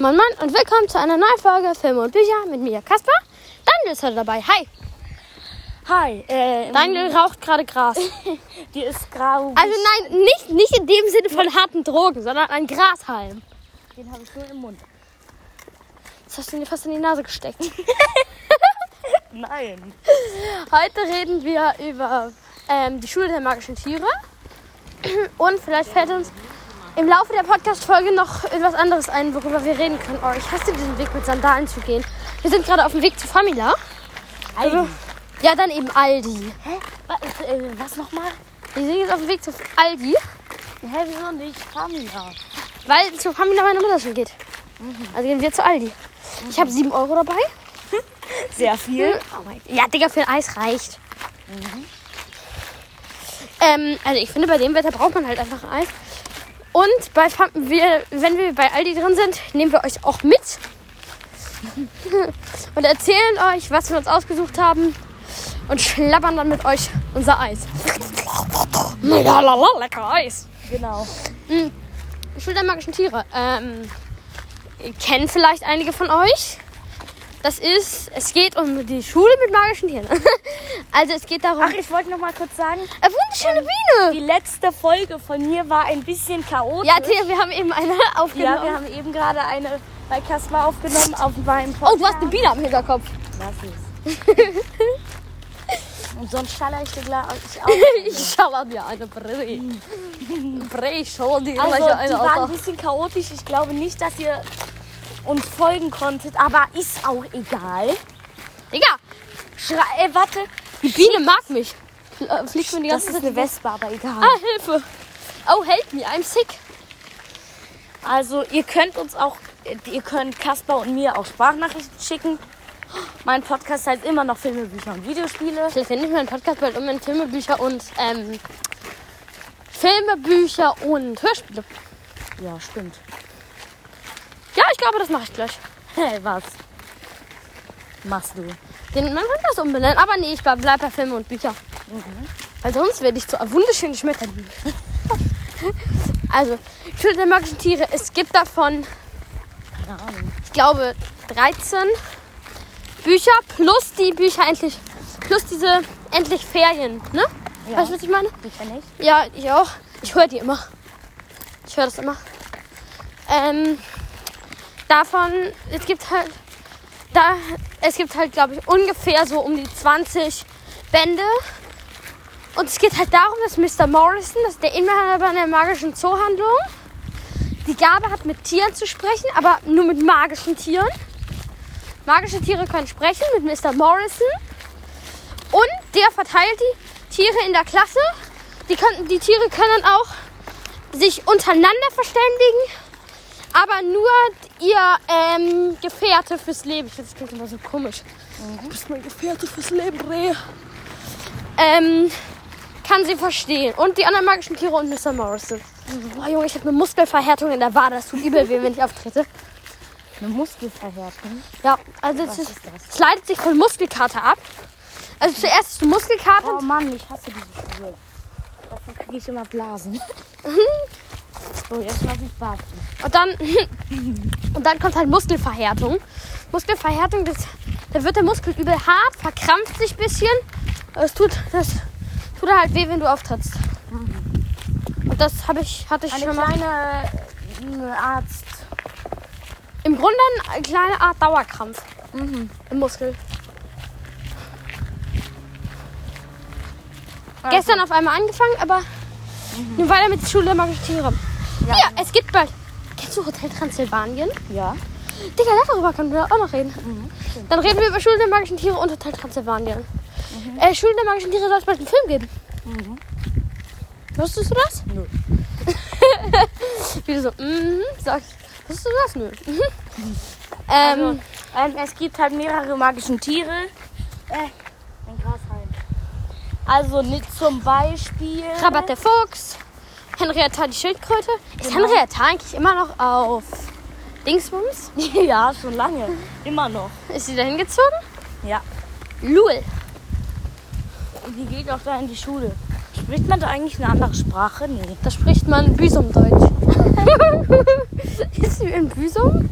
Moin Moin und willkommen zu einer neuen Folge Filme und Bücher mit mir, Kasper. Daniel ist heute dabei. Hi. Hi, äh, Daniel raucht gerade Gras. die ist grau. Also nein, nicht, nicht in dem Sinne von harten Drogen, sondern ein Grashalm. den habe ich nur im Mund. Das hast du mir fast in die Nase gesteckt. Nein. Heute reden wir über ähm, die Schule der magischen Tiere. Und vielleicht fällt uns im Laufe der Podcast-Folge noch etwas anderes ein, worüber wir reden können. Oh, ich hasse diesen Weg mit Sandalen zu gehen. Wir sind gerade auf dem Weg zu Famila. Also, Aldi. Ja, dann eben Aldi. Hä? Was, äh, was nochmal? Wir sind jetzt auf dem Weg zu Aldi, Hä, wieso nicht? Famila. weil zu Famila meine Mutter schon geht. Mhm. Also gehen wir zu Aldi. Ich habe 7 Euro dabei. Sehr viel. Oh mein Ja, Digga, für ein Eis reicht. Ähm, also ich finde, bei dem Wetter braucht man halt einfach ein Eis. Und bei, Fam- wir, wenn wir bei Aldi drin sind, nehmen wir euch auch mit. und erzählen euch, was wir uns ausgesucht haben. Und schlabbern dann mit euch unser Eis. Lalalala, Lecker Eis. Genau. Schule der magischen Tiere. Ähm, ihr kennt vielleicht einige von euch. Das ist, es geht um die Schule mit magischen Tieren. also es geht darum. Ach, ich wollte nochmal kurz sagen, eine wunderschöne die Biene! letzte Folge von mir war ein bisschen chaotisch. Ja, Thea, wir haben eben eine aufgenommen. Ja, wir haben eben gerade eine bei Kaspar aufgenommen auf meinem Podcast. oh, du hast eine Biene am Hinterkopf. Lass es. Und sonst schaller ich dir gleich ich auch. ich schaue mir eine Brille. Brille, schau dir Also, gleich die eine waren ein an. bisschen chaotisch. Ich glaube nicht, dass ihr uns folgen konntet, aber ist auch egal. Digga, Schrei, äh, warte. die Biene mag mich. Fl- äh, Fliegt mir die ganze Zeit. Wespe, aber egal. Ah, Hilfe! Oh, help me, I'm sick. Also ihr könnt uns auch, ihr könnt Kasper und mir auch Sprachnachrichten schicken. Mein Podcast heißt immer noch Filme, Bücher und Videospiele. Vielleicht wende ich meinen Podcast bald um in Filmebücher und ähm, Filme, Bücher und Hörspiele. Ja, stimmt. Ja, ich glaube, das mache ich gleich. Hey, was? Machst du? Den, man kann das umbenennen, aber nee, ich bleibe bei Filme und Bücher. Weil sonst werde ich zu einem wunderschönen Schmetterling. also, Schule der magischen Tiere, es gibt davon, Keine Ahnung. ich glaube, 13 Bücher plus die Bücher endlich, plus diese endlich Ferien, ne? Ja. Weißt du, was ich meine? Die kenne ich. Ja, ich auch. Ich höre die immer. Ich höre das immer. Ähm, davon, es gibt halt, da, es gibt halt, glaube ich, ungefähr so um die 20 Bände. Und es geht halt darum, dass Mr. Morrison, das ist der Inhaber einer magischen Zoohandlung, die Gabe hat, mit Tieren zu sprechen, aber nur mit magischen Tieren. Magische Tiere können sprechen mit Mr. Morrison. Und der verteilt die Tiere in der Klasse. Die, können, die Tiere können auch sich untereinander verständigen, aber nur ihr ähm, Gefährte fürs Leben. Ich finde das klingt immer so komisch. Du bist Mhm. mein Gefährte fürs Leben, Reh. Ähm, kann sie verstehen. Und die anderen magischen Tiere und Mr. Morrison. Boah, Junge, ich habe eine Muskelverhärtung in der Wade. Das tut übel weh, wenn ich auftrete. Eine Muskelverhärtung. Ja, also es, Was ist, ist das? es leitet sich von Muskelkater ab. Also zuerst ist eine Muskelkater. Oh Mann, ich hasse diese Schuhe. Davon kriege ich immer Blasen. so, Oh, jetzt lass ich warten. Und dann, und dann kommt halt Muskelverhärtung. Muskelverhärtung, das, da wird der Muskel übel hart, verkrampft sich ein bisschen. Es tut, das tut halt weh, wenn du auftrittst. Und das habe ich, hatte ich Eine schon mal. kleine äh, Arzt. Im Grunde eine kleine Art Dauerkrampf Mhm. im Muskel. Gestern auf einmal angefangen, aber Mhm. nun weiter mit der Schule der magischen Tiere. Ja, es gibt bald. Kennst du Hotel Transsilvanien? Ja. Digga, darüber können wir auch noch reden. Dann reden wir über Schule der magischen Tiere und Hotel Transsilvanien. Mhm. Äh, Schule der magischen Tiere soll es bald einen Film geben. Wusstest du das? Nö. Wie du so, mhm, sagst, wusstest du das? Nö. Mhm. Ähm, Ähm, es gibt halt mehrere magische Tiere. Äh, ein Grashalm. Also nicht zum Beispiel. Rabat der Fuchs, Henrietta die Schildkröte. Ist Genau. Henrietta eigentlich immer noch auf Dingsbums? ja, schon lange. Immer noch. Ist sie da hingezogen? Ja. Lul. Und die geht auch da in die Schule. Spricht man da eigentlich eine andere Sprache? Nee. Da spricht man Büsumdeutsch. Ist sie in Büsum?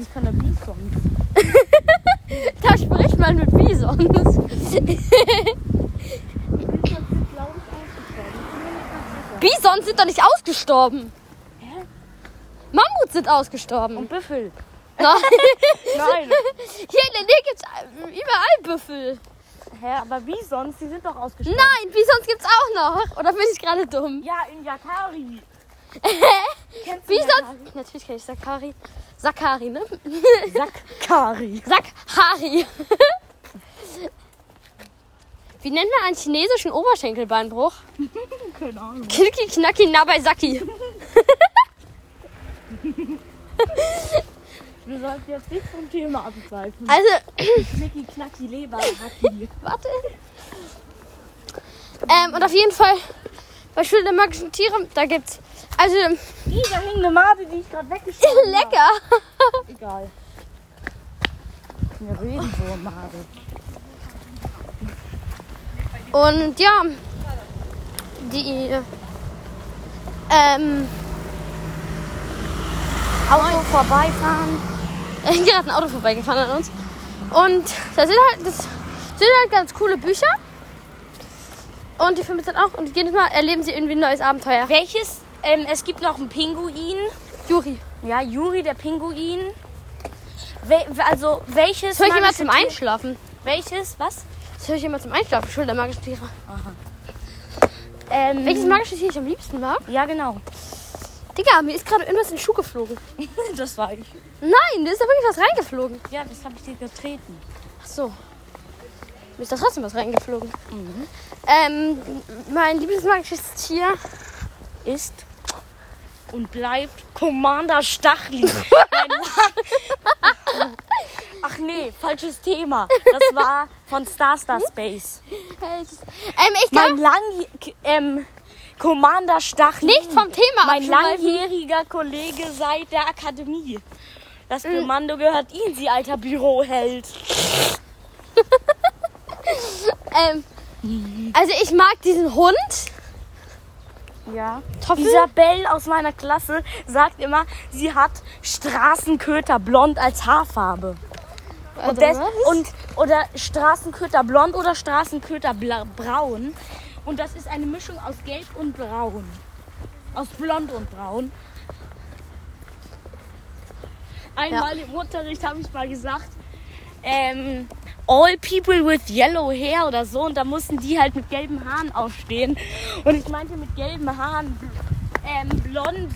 Ich kann da Bisons. Da spricht man mit Bisons. Bisons sind doch nicht ausgestorben. Hä? Mammuts sind ausgestorben. Und Büffel. Nein. Nein. Hier in der Nähe gibt's äh, überall Büffel. Hä, aber Bisons, die sind doch ausgestorben. Nein, Bisons gibt's auch noch. Oder bin ich gerade dumm? Ja, in Yakari. Kennst du Bisons? Natürlich kenne ich Sakari. Sakari, ne? Yakari? Sakari. Wie nennt man einen chinesischen Oberschenkelbeinbruch? Keine Ahnung. Kilki Knacki Nabai Saki. Wir sollten jetzt nicht vom Thema abzweifeln. Also, Knicki, knacki, Leber, Hacki. warte. Ähm, und auf jeden Fall, bei Schule der magischen Tiere, da gibt's. Also, Ih, da hing eine Made, die ich gerade weggeschoben habe. lecker. Egal. Eine Regenwurmmade. Und ja, die ähm, Auto vorbeifahren. gerade ein Auto vorbeigefahren an uns. Und da sind halt, das sind halt ganz coole Bücher. Und die Filme sind auch. Und jedes Mal erleben sie irgendwie ein neues Abenteuer. Welches? Ähm, es gibt noch einen Pinguin. Juri, Ja, Juri, der Pinguin. Wel also, welches. das höre ich immer magische zum Tier- Einschlafen. Welches? Was? Das höre ich immer zum Einschlafen. Schuld der magischen Tiere. Ähm, Welches magische Tier ich am liebsten mag? Ja, genau. Digga, mir ist gerade irgendwas in den Schuh geflogen. das war ich. Nein, da ist da wirklich was reingeflogen. Ja, das habe ich dir getreten. Ach so. Mir ist da trotzdem was reingeflogen. Ähm, mein lieblingsmagisches Tier Ist und bleibt Commander Stachli. Nein. Ach nee, falsches Thema. Das war von Star Star Space. Ähm, ich Mein glaube lang ähm, Commander Stachli. nicht vom Thema mein abschweifen. langjähriger Kollege seit der Akademie. Das Äh. Kommando gehört Ihnen, Sie alter Büroheld. Ähm, also ich mag diesen Hund. Ja. Toffel? Isabelle aus meiner Klasse sagt immer, sie hat Straßenköter blond als Haarfarbe. Und, Also, des, was? und oder Straßenköter blond oder Straßenköter bla, braun. Und das ist eine Mischung aus gelb und braun. Aus blond und braun. Einmal im Unterricht habe ich mal gesagt, ähm, all people with yellow hair oder so. Und da mussten die halt mit gelben Haaren aufstehen. Und ich meinte mit gelben Haaren bl- ähm, blonde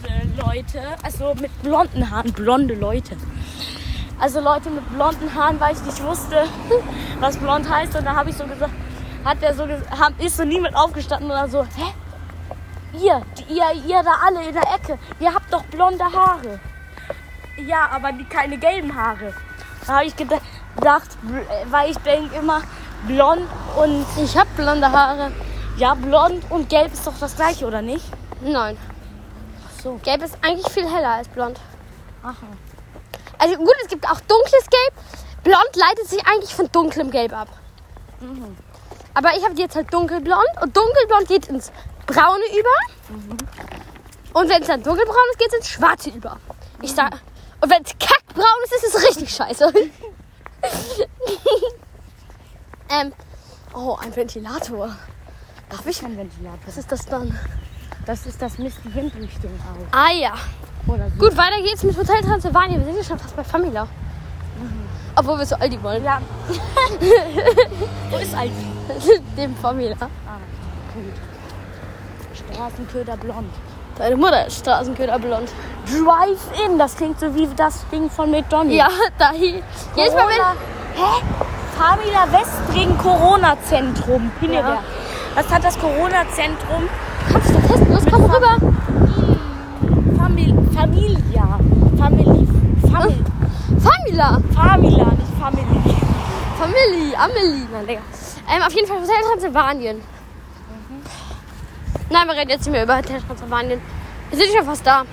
Leute. Also mit blonden Haaren blonde Leute. Also Leute mit blonden Haaren, weil ich nicht wusste, was blond heißt. Und dann habe ich so gesagt, hat der so gesagt, ist so niemand aufgestanden oder so, hä? Ihr, die- ihr, ihr da alle in der Ecke, ihr habt doch blonde Haare. Ja, aber die, keine gelben Haare. Da habe ich geda- gedacht, bl- äh, weil ich denke immer, blond und, Ich hab blonde Haare. ja, blond und gelb ist doch das gleiche, oder nicht? Nein. Ach so. Gelb ist eigentlich viel heller als blond. Aha. Also gut, es gibt auch dunkles Gelb. Blond leitet sich eigentlich von dunklem Gelb ab. Mhm. Aber ich habe die jetzt halt dunkelblond und dunkelblond geht ins Braune über. Und wenn es dann dunkelbraun ist, geht es ins Schwarze über. Ich sag, und wenn es kackbraun ist, ist es richtig scheiße. ähm, oh, ein Ventilator. Das ist kein Ventilator. Was ist das dann? Das ist das Misty Windrichtung auch. Ah ja. Oder so. Gut, weiter geht's mit Hotel Transylvania. Wir sind ja schon fast bei Famila. Mhm. Obwohl wir zu Aldi wollen. Ja. Wo ist halt Aldi? Dem Famila. Straßenköder blond. Deine Mutter ist Straßenköder blond. Drive-In, das klingt so wie das Ding von McDonalds. Ja, da hi- jedes Mal Corona- wenn Hä? Famila Westring Corona-Zentrum. Pinneberg. Was hat das Corona-Zentrum? kommst du testen, los, komm rüber. Famil Familia. Famili. Famil Famila. Famila, nicht Family. Familie, Amelie. Nein, Digga. Ähm, auf jeden Fall Hotel Transylvanien. Nein, wir reden jetzt nicht mehr über Hotel Transylvanien. Wir sind schon fast da.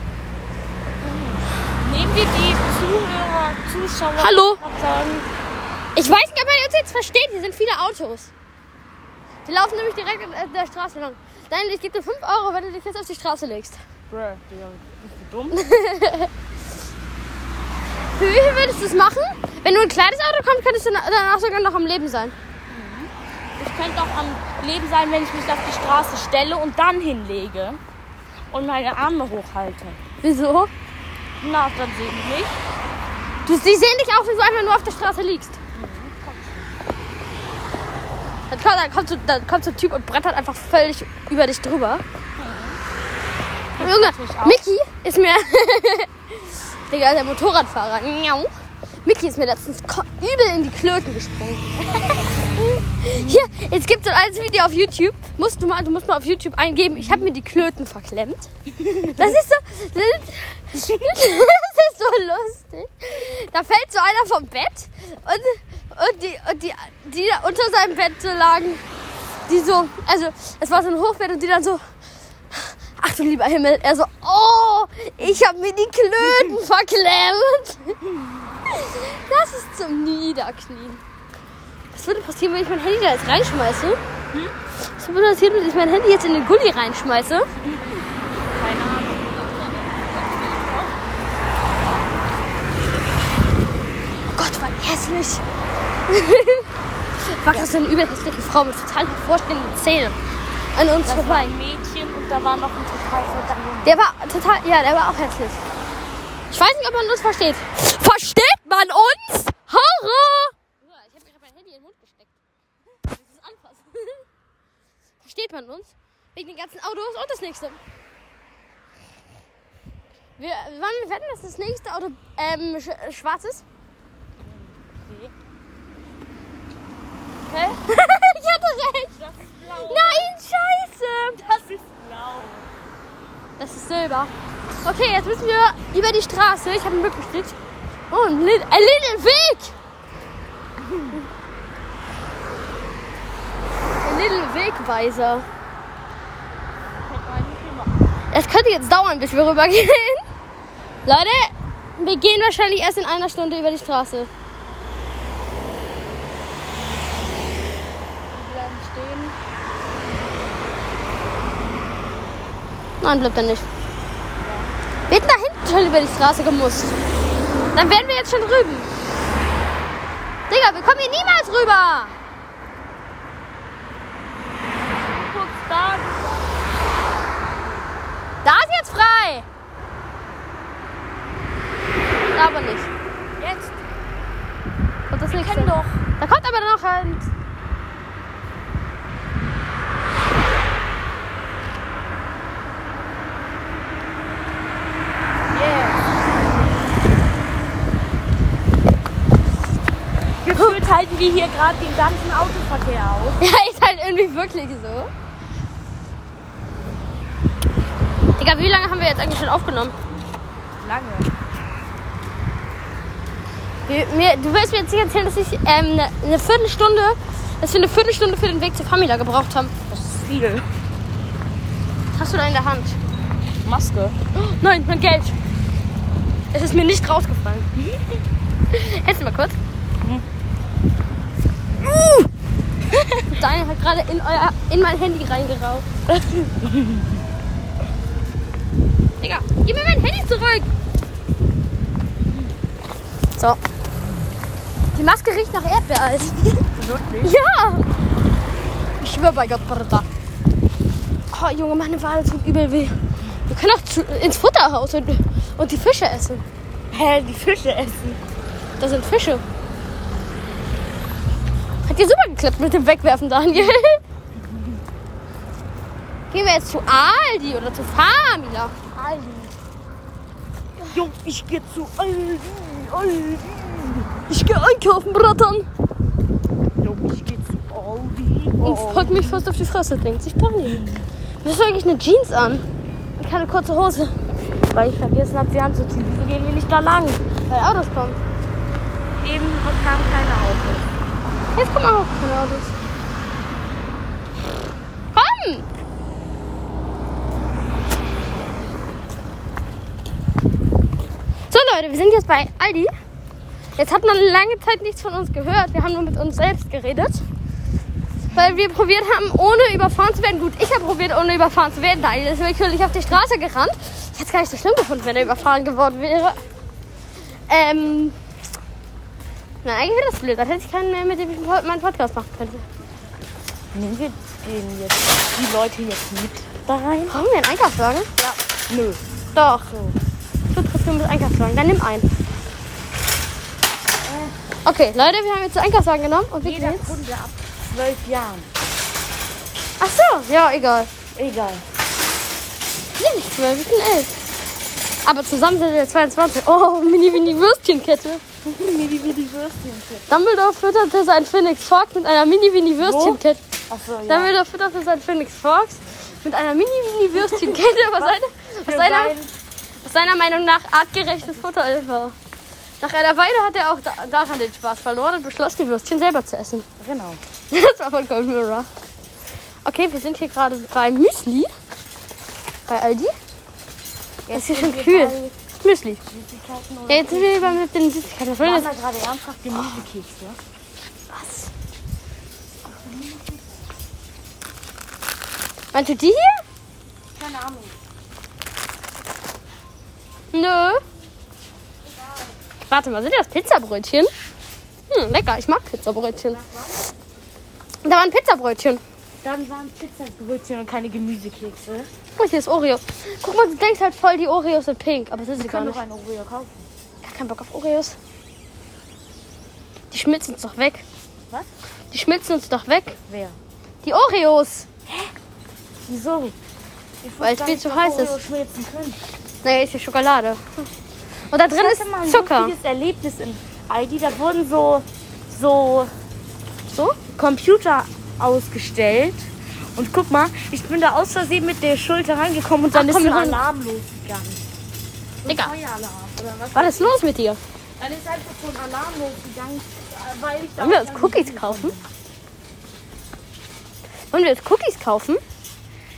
Nehmen wir die Zuhörer, Zuschauer. Hallo. noch sagen? Ich weiß nicht, ob man uns jetzt versteht. Hier sind viele Autos. Die laufen nämlich direkt an äh, der Straße lang. Daniel, ich gebe dir 5 Euro, wenn du dich jetzt auf die Straße legst. Bruh, Digga, bist du dumm? Für wie viel würdest du es machen? Wenn nur ein kleines Auto kommt, könntest du na- danach sogar noch am Leben sein. Ich könnte auch am Leben sein, wenn ich mich auf die Straße stelle und dann hinlege und meine Arme hochhalte. Wieso? Na, dann sehe ich mich. Du, sie sehen dich auch, wenn du einfach nur auf der Straße liegst. Dann kommt, dann, kommt so, dann kommt so ein Typ und brettert einfach völlig über dich drüber. Junge, mich auf. Mickey ist mir. Digga, der Motorradfahrer. Miau. Mickey ist mir letztens ko- übel in die Klöten gesprungen. Hier, es gibt so ein altes Video auf YouTube. Musst du, mal, du musst mal auf YouTube eingeben. Ich habe mir die Klöten verklemmt. Das ist so. Das, das ist so lustig. Da fällt so einer vom Bett und, und, die, und die, die da unter seinem Bett so lagen, die so. Also, es war so ein Hochbett und die dann so. Ach du lieber Himmel. Er so, oh, ich habe mir die Klöten verklemmt. Das ist zum Niederknien. Was würde passieren, wenn ich mein Handy da jetzt reinschmeiße? Was würde passieren, wenn ich mein Handy jetzt in den Gully reinschmeiße? Keine Ahnung. Oh Gott, war die hässlich. war das so eine übel hässliche Frau mit total hervorstehenden Zähnen an uns Das war vorbei. ein Mädchen und da war noch ein total fetter Junge. Der war total, ja, der war auch hässlich. Ich weiß nicht, ob man uns versteht. Versteht man uns? Horror! Ich habe gerade mein Handy in den Mund gesteckt. Das ist anfassen. Versteht man uns? Wegen den ganzen Autos und das nächste. Wir, wann werden das das nächste Auto ähm, sch schwarz ist? Okay. Hä? ich hatte recht. Das ist blau. Nein, scheiße. Das ist blau. Das ist Silber. Okay, jetzt müssen wir über die Straße. Ich habe einen Blick gekriegt. Oh, ein Lid ein Lidl-Weg. Ein Lidl-Wegweiser. Fällt mir eigentlich immer. Es könnte jetzt dauern, bis wir rübergehen. Leute, wir gehen wahrscheinlich erst in einer Stunde über die Straße. Wir bleiben stehen. Nein, bleibt er nicht. Wir hätten da hinten schon über die Straße gemusst. Dann wären wir jetzt schon drüben. Digga, wir kommen hier niemals rüber. Guck da. Da ist jetzt frei. Da aber nicht. Jetzt. Und das nächste. Doch. Da kommt aber noch ein. Yeah. Gefühlt halten wir hier gerade den ganzen Autoverkehr auf. Ja, ist halt irgendwie wirklich so. Digga, wie lange haben wir jetzt eigentlich schon aufgenommen? Lange. Wir- Mir, du willst mir jetzt nicht erzählen, dass ich ähm, eine, eine Viertelstunde, dass wir eine Viertelstunde für den Weg zur Famila gebraucht haben. Das ist viel. Hast du da in der Hand? Maske. Oh, Nein, mein Geld. Es ist mir nicht rausgefallen. Hältst du mal kurz? Uh! Daniel hat gerade in, euer, in mein Handy reingeraucht. Digga, gib mir mein Handy zurück. So. Die Maske riecht nach Erdbeereis. Wirklich? Ja! Ich schwör bei Gott, Bruder. Oh, Junge, meine Wade tut übel weh. Wir können auch zu, ins Futterhaus und, und die Fische essen. Hä, die Fische essen. Da sind Fische. Hat dir super geklappt mit dem Wegwerfen, Daniel. Gehen wir jetzt zu Aldi oder zu Famila? Aldi. Jo, ich geh zu Aldi. Aldi. Ich gehe einkaufen, Brattern. Jo, ich geh zu Aldi. Und folgt Oh. mich fast auf die Fresse, denkt sich Daniel. Wieso habe ich eine Jeans an? Und keine kurze Hose. Weil ich vergessen hab, sie anzuziehen. Wieso gehen wir nicht da lang? Weil Autos kommen. Eben kam keine Autos. Jetzt kommen auch keine Autos. Komm! So Leute, wir sind jetzt bei Aldi. Jetzt hat man lange Zeit nichts von uns gehört. Wir haben nur mit uns selbst geredet. Weil wir probiert haben, ohne überfahren zu werden. Gut, ich habe probiert, ohne überfahren zu werden. Daniel ist natürlich auf die Straße gerannt. Ich hätte es gar nicht so schlimm gefunden, wenn er überfahren geworden wäre. Ähm. Na, eigentlich wäre das blöd. Dann hätte ich keinen mehr, mit dem ich meinen Podcast machen könnte. Nehmen wir den jetzt, die Leute jetzt mit da rein? Brauchen wir einen Einkaufswagen? Nö. Doch. Du triffst nur mit Einkaufswagen. Dann nimm einen. Okay, Leute, wir haben jetzt den Einkaufswagen genommen und wir Jeder gehen jetzt. Kunde ab zwölf Jahren. Ach so, ja, egal. Egal. Nee, nicht zwölf, ich bin elf. Aber zusammen sind wir 22. Oh, mini, mini Würstchenkette. Mir die die Würstchen. Dumbledore fütterte seinen Phoenix Fox mit einer mini, mini Würstchenkette. Achso, ja. Dumbledore fütterte seinen Phoenix Fox mit einer mini, mini Würstchenkette, was, eine, was, Für seiner, seinen- was seiner Meinung nach artgerechtes Futter war. Nach einer Weile hat er auch da, daran den Spaß verloren und beschloss, die Würstchen selber zu essen. Genau. Das war von Golden Mirror. Okay, wir sind hier gerade bei Müsli. Bei Aldi. Jetzt ist hier schon kühl. Müsli. Süßigkeiten oder Ja, jetzt sind wir wieder mit den Süßigkeiten. Was soll haben das? wir gerade ernsthaft Gemüsekekse. Was? Meinst du die hier? Keine Ahnung. Nö. Warte mal, sind das Pizzabrötchen? Hm, lecker, ich mag Pizzabrötchen. Da waren Pizzabrötchen. Dann waren Pizzabrötchen und keine Gemüsekekse. Guck mal, hier ist Oreo. Guck mal, du denkst halt voll, die Oreos sind pink, aber das sind sie Wir gar können nicht. noch eine Oreo kaufen. Gar keinen Bock auf Oreos. Die schmilzen uns doch weg. Was? Die schmilzen uns doch weg. Wer? Die Oreos. Wieso? Weil es viel zu heiß ist. Schmelzen können. Naja, ist ja Schokolade. Und da drin Ich hatte mal ein ist Zucker. lustiges Erlebnis in Aldi. Da wurden so, so So? Computer ausgestellt. Und guck mal, ich bin da aus Versehen mit der Schulter rangekommen und dann Ach, ist komm, ein wir holen- Alarm losgegangen. So ein Digga. Feueralarm oder was? Was ist los mit dir? Dann ist einfach so ein Alarm losgegangen, weil ich da... Wollen wir uns Cookies kaufen? Wollen wir uns Cookies kaufen?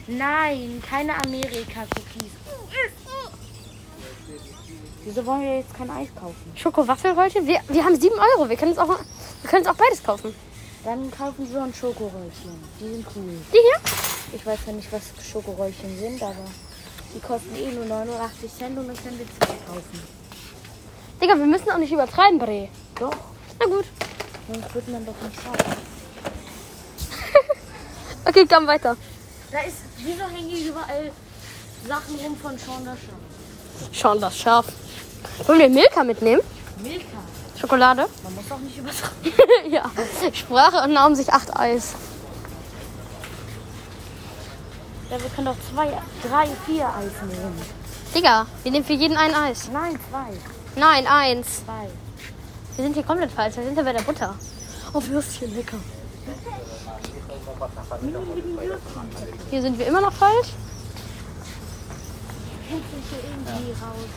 Nein, keine Amerika-Cookies. Wieso wollen wir jetzt kein Eis kaufen? Schokowaffelröllchen? Wir, wir haben 7 Euro. Wir können es auch, wir können uns auch beides kaufen. Dann kaufen wir uns Schokoröllchen. Die sind cool. Die hier? Ich weiß ja nicht, was Schokoröllchen sind, aber die kosten eh nur 89 Cent und dann können wir zwei kaufen. Digga, wir müssen auch nicht übertreiben, Bre. Doch, Na gut. sonst wird man doch nicht schaffen. Okay, komm weiter. Da ist, wieso hängen hier überall Sachen rum von Sean Dasher? Schon das scharf. Wollen wir Milka mitnehmen? Milka. Schokolade? Man muss doch nicht übertreiben. ja. Sprache und nahm sich acht Eis. Ja, wir können doch zwei, drei, vier Eis nehmen. Digga, wir nehmen für jeden ein Eis. Nein, zwei. Nein, eins. Zwei. Wir sind hier komplett falsch. Wir sind hier bei der Butter. Oh, Würstchen, lecker. Hier sind wir immer noch falsch. Hängt sich hier irgendwie raus.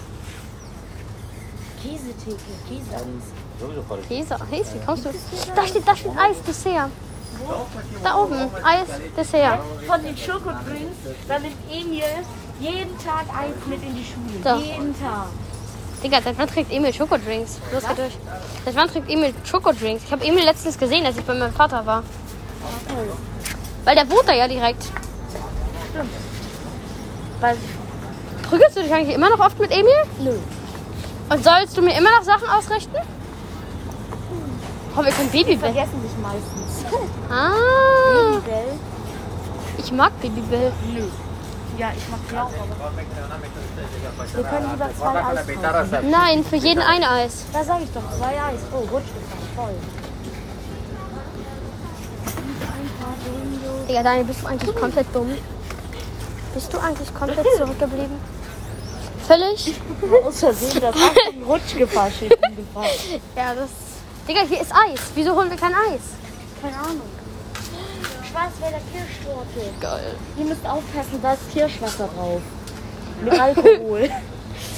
Käsetheke, Käse. Käse, Käse, wie kommst du? Da steht, da steht Eis, Dessert. Da oben, Eis, Dessert. Von den Schokodrinks, da nimmt Emil jeden Tag Eis mit in die Schule. Doch. Jeden Tag. Digga, seit wann trinkt Emil Schokodrinks? Los geht durch. Seit wann trinkt Emil Schokodrinks? Ich habe Emil letztens gesehen, als ich bei meinem Vater war. Weil der wohnt da ja direkt. Weil, Prügelst du dich eigentlich immer noch oft mit Emil? nö. Und sollst du mir immer noch Sachen ausrichten? Oh, wir können Babybell. Vergessen sich meistens. Ah, Babybell? ich mag Babybell. Nö. Ja, ich mag die auch, aber wir können lieber zwei Guarda con la Eis kaufen. chitarra sta Nein, für jeden ein Eis. Da sag ich doch, zwei Eis. Oh, Rutschgefahr, voll. Digga, Daniel, bist du eigentlich komplett dumm? Bist du eigentlich komplett zurückgeblieben? Völlig? Aus Versehen, das war ein Rutschgefahr-Schild umgefahren. Ja, das. Digga, hier ist Eis. Wieso holen wir kein Eis? Keine Ahnung. Schwarzwälder Kirschtorte. Geil. Ihr müsst aufpassen, da ist Kirschwasser drauf. Mit Alkohol.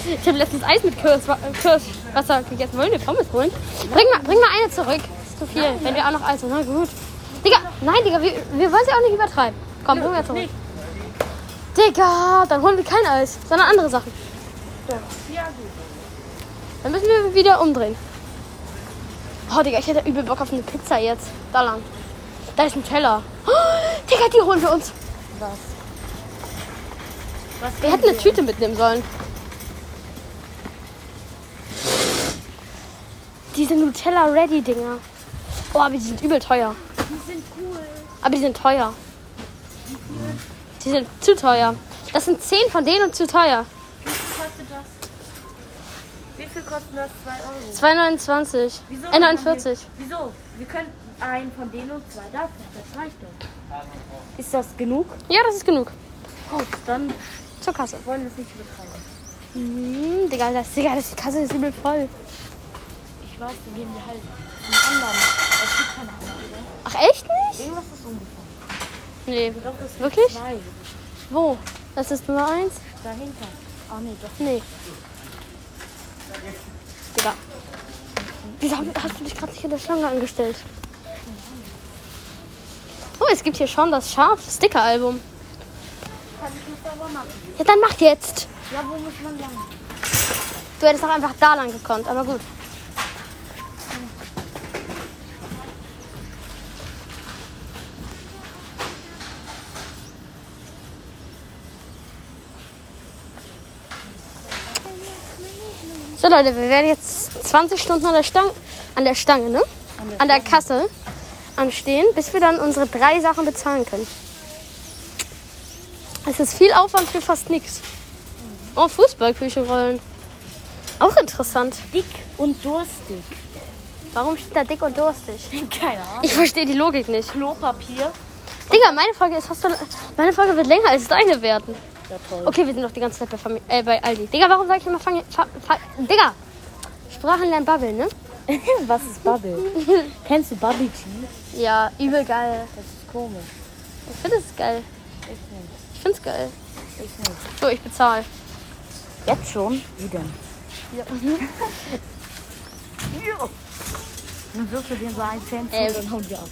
Ich habe letztens Eis mit Kirsch, äh, Kirschwasser gegessen. Wollen wir Pommes holen? Bring mal, bring mal eine zurück. Ist zu viel. Wenn wir auch noch Eis haben. Na gut. Digga, nein, Digga, wir, wir wollen sie auch nicht übertreiben. Komm, bring mal zurück. Digga, dann holen wir kein Eis, sondern andere Sachen. ja, gut. Dann müssen wir wieder umdrehen. Oh, Digga, ich hätte übel Bock auf eine Pizza jetzt. Da lang. Da ist ein Teller. Oh, Digga, die holen wir uns. Was? Was Wir hätten eine Tüte mitnehmen sollen. Diese Nutella Ready Dinger. Oh, aber die sind übel teuer. Die sind cool. Aber die sind teuer. Die sind zu teuer. Das sind 10 von denen und zu teuer. Wie viel kostet das? Wie viel kostet das? 2 Euro. 2,29. Wieso? Äh, 49. Wieso? Wir könnten einen von denen und zwei davon. Das reicht doch. Ist das genug? Ja, das ist genug. Gut, dann Zur Kasse. wollen wir es nicht übertreiben. Mhm, Digga, das, Digga, das, die Kasse ist übel voll. Ich weiß, wir gehen wir halt einen anderen. Es gibt keine anderen. Ach, echt nicht? Irgendwas ist um umgefallen. Nee. Doch, es gibt Wirklich? Zwei. Wo? Das ist Nummer 1? Dahinter. Ah, nee, doch. Nee. Digga. Wieso hab- hast du dich gerade nicht in der Schlange angestellt? Oh, es gibt hier schon das Scharf-Sticker-Album. Kann ich nicht sauber machen. Ja, dann mach jetzt. Ja, wo muss man lang? Du hättest auch einfach da lang gekonnt, aber gut. So Leute, wir werden jetzt 20 Stunden an der Stange, an der Stange, ne? An der Kasse anstehen, bis wir dann unsere drei Sachen bezahlen können. Es ist viel Aufwand für fast nichts. Oh, Fußballküchenrollen. Auch interessant. Dick und durstig. Warum steht da dick und durstig? Keine Ahnung. Ich verstehe die Logik nicht. Klopapier. Digga, meine Frage ist, hast du, meine Frage wird länger als deine werden. Ja, toll. Okay, wir sind doch die ganze Zeit bei, Famili äh, bei Aldi. Digga, warum sag ich immer Fange, fa, fa, Digga! Sprachen lernen Bubble, ne? Was ist Bubble? Kennst du Bubble Tea? Ja, übel geil. Das ist komisch. Ich finde es geil. Ich nicht. Ich find's geil. Ich nicht. So, ich bezahle. Jetzt schon? Wie denn? Ja. ja. Dann wirfst du dir so einen Fan Ähm. ähm. und hauen die ab.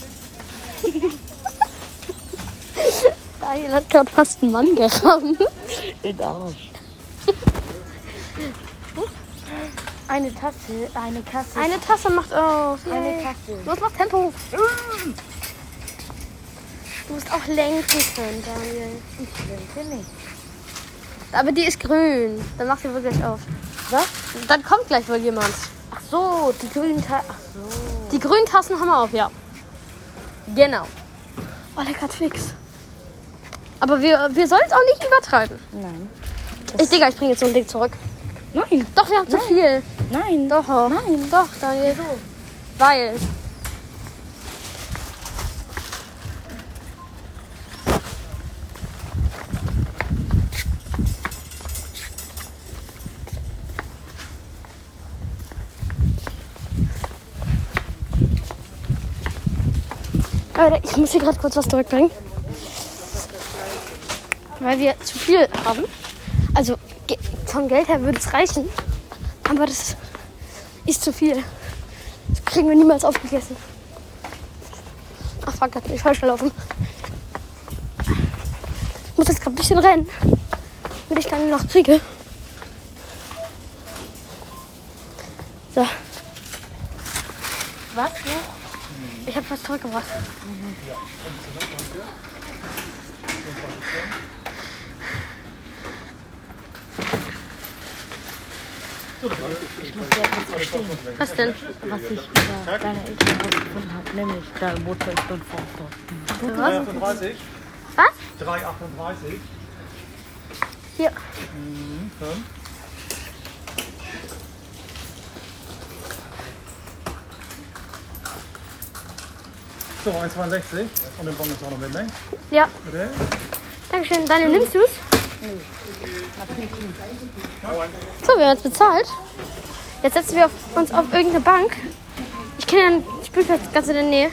Daniel hat gerade fast einen Mann gerammt. In Arsch. Eine Tasse, eine Kasse. Eine Tasse macht auf. Eine Yay. Tasse. Los, mach Tempo. Du musst auch lenken können, Daniel. Finde ich. Aber die ist grün. Dann mach sie wohl gleich auf. Was? Dann kommt gleich wohl jemand. Ach so, die grünen Tassen. Ach so. Die grünen Tassen haben wir auf, ja. Genau. Oh, lecker Twix. Aber wir, wir sollen es auch nicht übertreiben. Nein. Ich, Digga, ich bringe jetzt so ein Ding zurück. Nein. Doch, wir haben zu viel. Nein. Doch. Nein. Doch, Daniel. Weil. Alter, ich muss hier gerade kurz was zurückbringen. Weil wir zu viel haben. Also ge- vom Geld her würde es reichen. Aber das ist zu viel. Das kriegen wir niemals aufgegessen. Ach fuck, hat mich falsch gelaufen. Ich muss jetzt gerade ein bisschen rennen, damit ich dann noch kriege. So, Was? Ja? ich habe was zurückgebracht. Was denn? Was ich über deine Eltern herausgefunden habe, nämlich deine Mutter ist ein Vater. 338. Was? 338. Hier. Hm? So, 1,62. Und den Bon ist auch noch mitnehmen. Ja, Bitte. Dankeschön. Daniel, nimmst du's? So, wir haben jetzt bezahlt. Jetzt setzen wir auf, uns auf irgendeine Bank. Ich kenne ja einen Spielplatz ganz in der Nähe.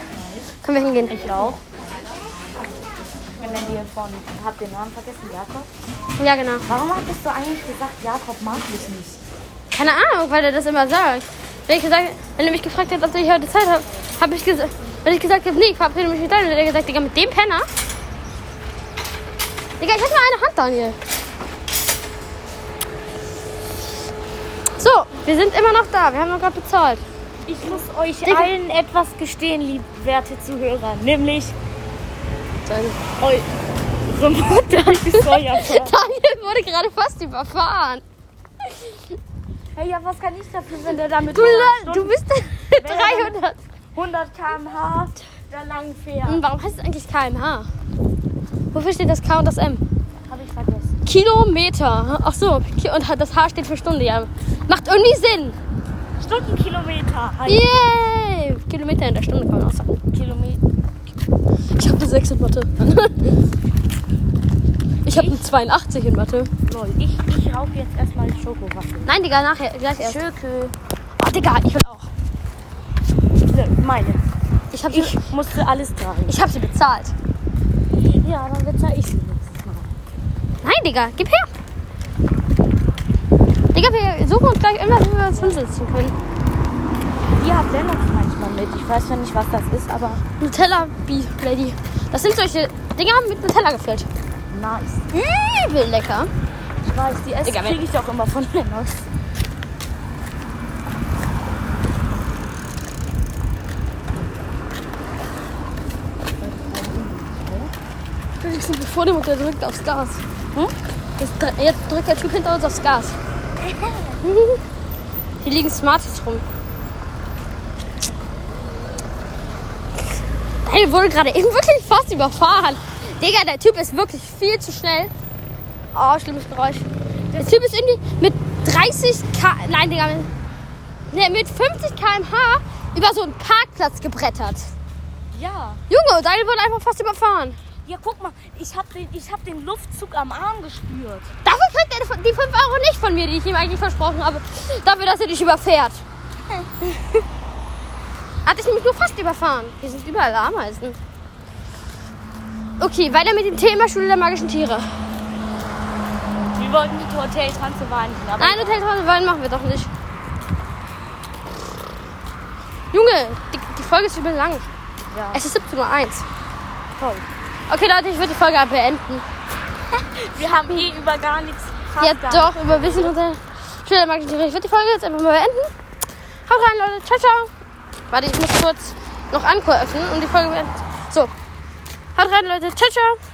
Können wir hingehen? Ich auch. Wenn ihr von, habt den Namen vergessen, Jakob? Ja, genau. Warum hattest du eigentlich gesagt, Jakob mag mich nicht? Keine Ahnung, weil er das immer sagt. Wenn, ich gesagt, wenn er mich gefragt hat, ob ich heute Zeit habe, habe ich gesagt, wenn ich gesagt habe, nee, ich verabrede mich mit Daniel, hat er gesagt, Digga, mit dem Penner? Digga, ich hätte nur eine Hand, Daniel. So, wir sind immer noch da. Wir haben noch gerade bezahlt. Ich muss euch Digga. allen etwas gestehen, lieb werte Zuhörer. Nämlich, sein. Eure Mutter ist so ja voll. Daniel wurde gerade fast überfahren. Hey, ja, was kann ich dafür, wenn der damit Du, lol, du Stunden- bist 300. 100 km/h da lang fährt? Hm, Warum heißt es eigentlich kmh? Wofür steht das K und das M? Hab ich vergessen. Kilometer. Ach so, Ki- und das H steht für Stunde, ja. Macht irgendwie Sinn. Stundenkilometer. Halt. Yay! Kilometer in der Stunde also. kann man auch sagen. Kilometer. Ich habe eine 6 in Mathe. Ich habe eine 82 in Mathe. Lol. Ich, ich rauche jetzt erstmal einen Schokowaffeln. Nein, Digga, nachher, gleich erst. Schökel. Oh, Digga, ich will auch. Ne, Meine. Ich habe Ich sie, musste alles tragen. ich hab sie bezahlt. Ja, dann bezahle ich sie nächstes Mal. Nein, Digga, gib her. Digga, wir suchen uns gleich immer, wo wir uns hinsetzen können. Die hat Lennox manchmal mit. Ich weiß ja nicht, was das ist, aber Nutella Bee Lady. Das sind solche Dinger mit Nutella gefüllt. nice. Übel lecker. Ich weiß, die Essen Egal, kriege ich doch immer von Lennox. Felix, bevor der Mutter drückt aufs Gas. Hm? Jetzt, dr- jetzt drückt der Typ hinter uns aufs Gas. Hier liegen Smarties rum. Daniel wurde gerade eben wirklich fast überfahren. Digga, der Typ ist wirklich viel zu schnell. Oh, schlimmes Geräusch. Der Typ ist irgendwie mit 30 K. Nein, Digga. mit- Nee, mit 50 km/h über so einen Parkplatz gebrettert. Ja. Junge, Daniel wurde einfach fast überfahren. Ja, guck mal, ich hab den, ich hab den Luftzug am Arm gespürt. Dafür kriegt er die 5 Euro nicht von mir, die ich ihm eigentlich versprochen habe. Dafür, dass er dich überfährt. Hat ich mich nur fast überfahren. Hier sind überall Ameisen. Okay, weiter mit dem Thema Schule der magischen Tiere. Wir wollten die Hoteltanze wahrnehmen, aber Nein, Hotel Wein machen wir doch nicht. Junge, die, die Folge ist übel lang. Ja. Es ist 17.01 Uhr. toll. Okay, Leute, ich würde die Folge beenden. Wir haben eh über gar nichts. fast Ja, gar nichts. doch, über Wissen und dann- Schön, dann mag ich die Rede. Ich würde die Folge jetzt einfach mal beenden. Haut rein, Leute. Ciao, ciao. um Warte, ich muss kurz noch Anchor öffnen und die Folge beenden. So. Haut rein, Leute. Ciao, ciao.